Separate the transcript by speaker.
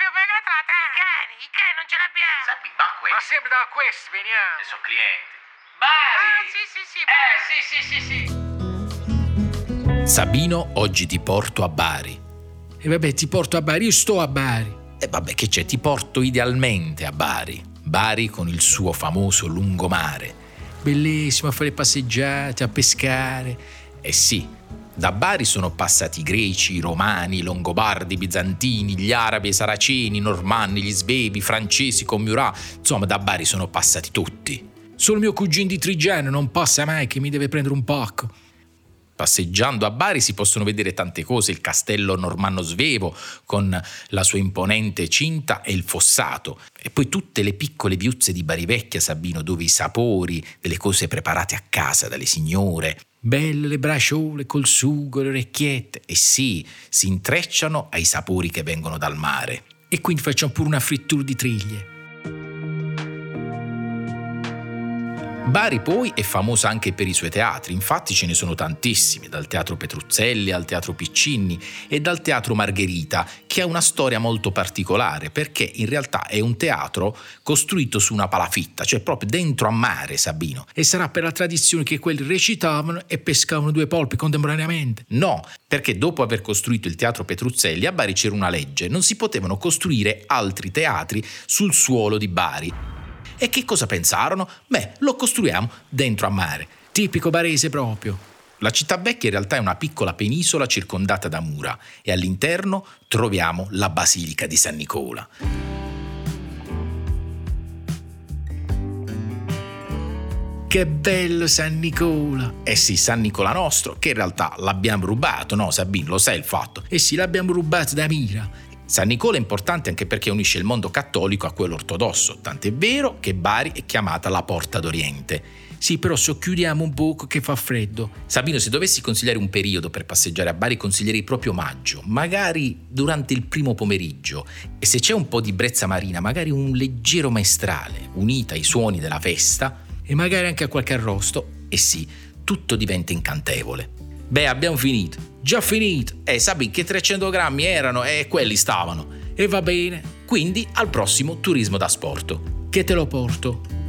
Speaker 1: trovata?
Speaker 2: I cani, i cani non ce l'abbiamo.
Speaker 1: Sappi, ma questo.
Speaker 3: Ma sempre da eh. questi veniamo.
Speaker 1: E sono clienti.
Speaker 2: Ah,
Speaker 1: Mari!
Speaker 2: sì, sì,
Speaker 1: Eh, sì, sì,
Speaker 2: sì.
Speaker 1: sì, sì.
Speaker 4: Sabino oggi ti porto a Bari.
Speaker 3: E vabbè, ti porto a Bari, io sto a Bari.
Speaker 4: E vabbè che c'è, ti porto idealmente a Bari. Bari con il suo famoso lungomare.
Speaker 3: Bellissimo a fare passeggiate, a pescare.
Speaker 4: Eh sì, da Bari sono passati i greci, i romani, i longobardi, i bizantini, gli arabi, i saraceni, i normanni, gli svevi, i francesi con Murat. Insomma, da Bari sono passati tutti.
Speaker 3: Solo mio cugino di Trigeno non passa mai che mi deve prendere un pacco.
Speaker 4: Passeggiando a Bari si possono vedere tante cose, il castello normanno svevo con la sua imponente cinta e il fossato, e poi tutte le piccole viuzze di Bari Vecchia, Sabino, dove i sapori delle cose preparate a casa dalle signore,
Speaker 3: Belle le bracciole col sugo, le orecchiette.
Speaker 4: e sì, si intrecciano ai sapori che vengono dal mare.
Speaker 3: E quindi facciamo pure una frittura di triglie.
Speaker 4: Bari poi è famosa anche per i suoi teatri, infatti ce ne sono tantissimi, dal teatro Petruzzelli al teatro Piccinni e dal teatro Margherita, che ha una storia molto particolare perché in realtà è un teatro costruito su una palafitta, cioè proprio dentro a mare, Sabino.
Speaker 3: E sarà per la tradizione che quelli recitavano e pescavano due polpi contemporaneamente.
Speaker 4: No, perché dopo aver costruito il teatro Petruzzelli a Bari c'era una legge, non si potevano costruire altri teatri sul suolo di Bari. E che cosa pensarono? Beh, lo costruiamo dentro a mare.
Speaker 3: Tipico barese proprio.
Speaker 4: La città vecchia in realtà è una piccola penisola circondata da mura e all'interno troviamo la Basilica di San Nicola.
Speaker 3: Che bello San Nicola!
Speaker 4: Eh sì, San Nicola nostro, che in realtà l'abbiamo rubato, no Sabine, lo sai il fatto. Eh
Speaker 3: E sì, l'abbiamo rubato da Mira.
Speaker 4: San Nicola è importante anche perché unisce il mondo cattolico a quello ortodosso, tant'è vero che Bari è chiamata la Porta d'Oriente.
Speaker 3: Sì, però socchiudiamo un poco che fa freddo.
Speaker 4: Sabino, se dovessi consigliare un periodo per passeggiare a Bari, consiglierei proprio maggio, magari durante il primo pomeriggio. E se c'è un po' di brezza marina, magari un leggero maestrale, unita ai suoni della festa,
Speaker 3: E magari anche a qualche arrosto.
Speaker 4: e sì, tutto diventa incantevole. Beh, abbiamo finito.
Speaker 3: Già finito!
Speaker 4: Eh, Sabino, che 300 grammi erano e quelli stavano.
Speaker 3: E va bene,
Speaker 4: Quindi al prossimo turismo da sport.
Speaker 3: che te lo porto.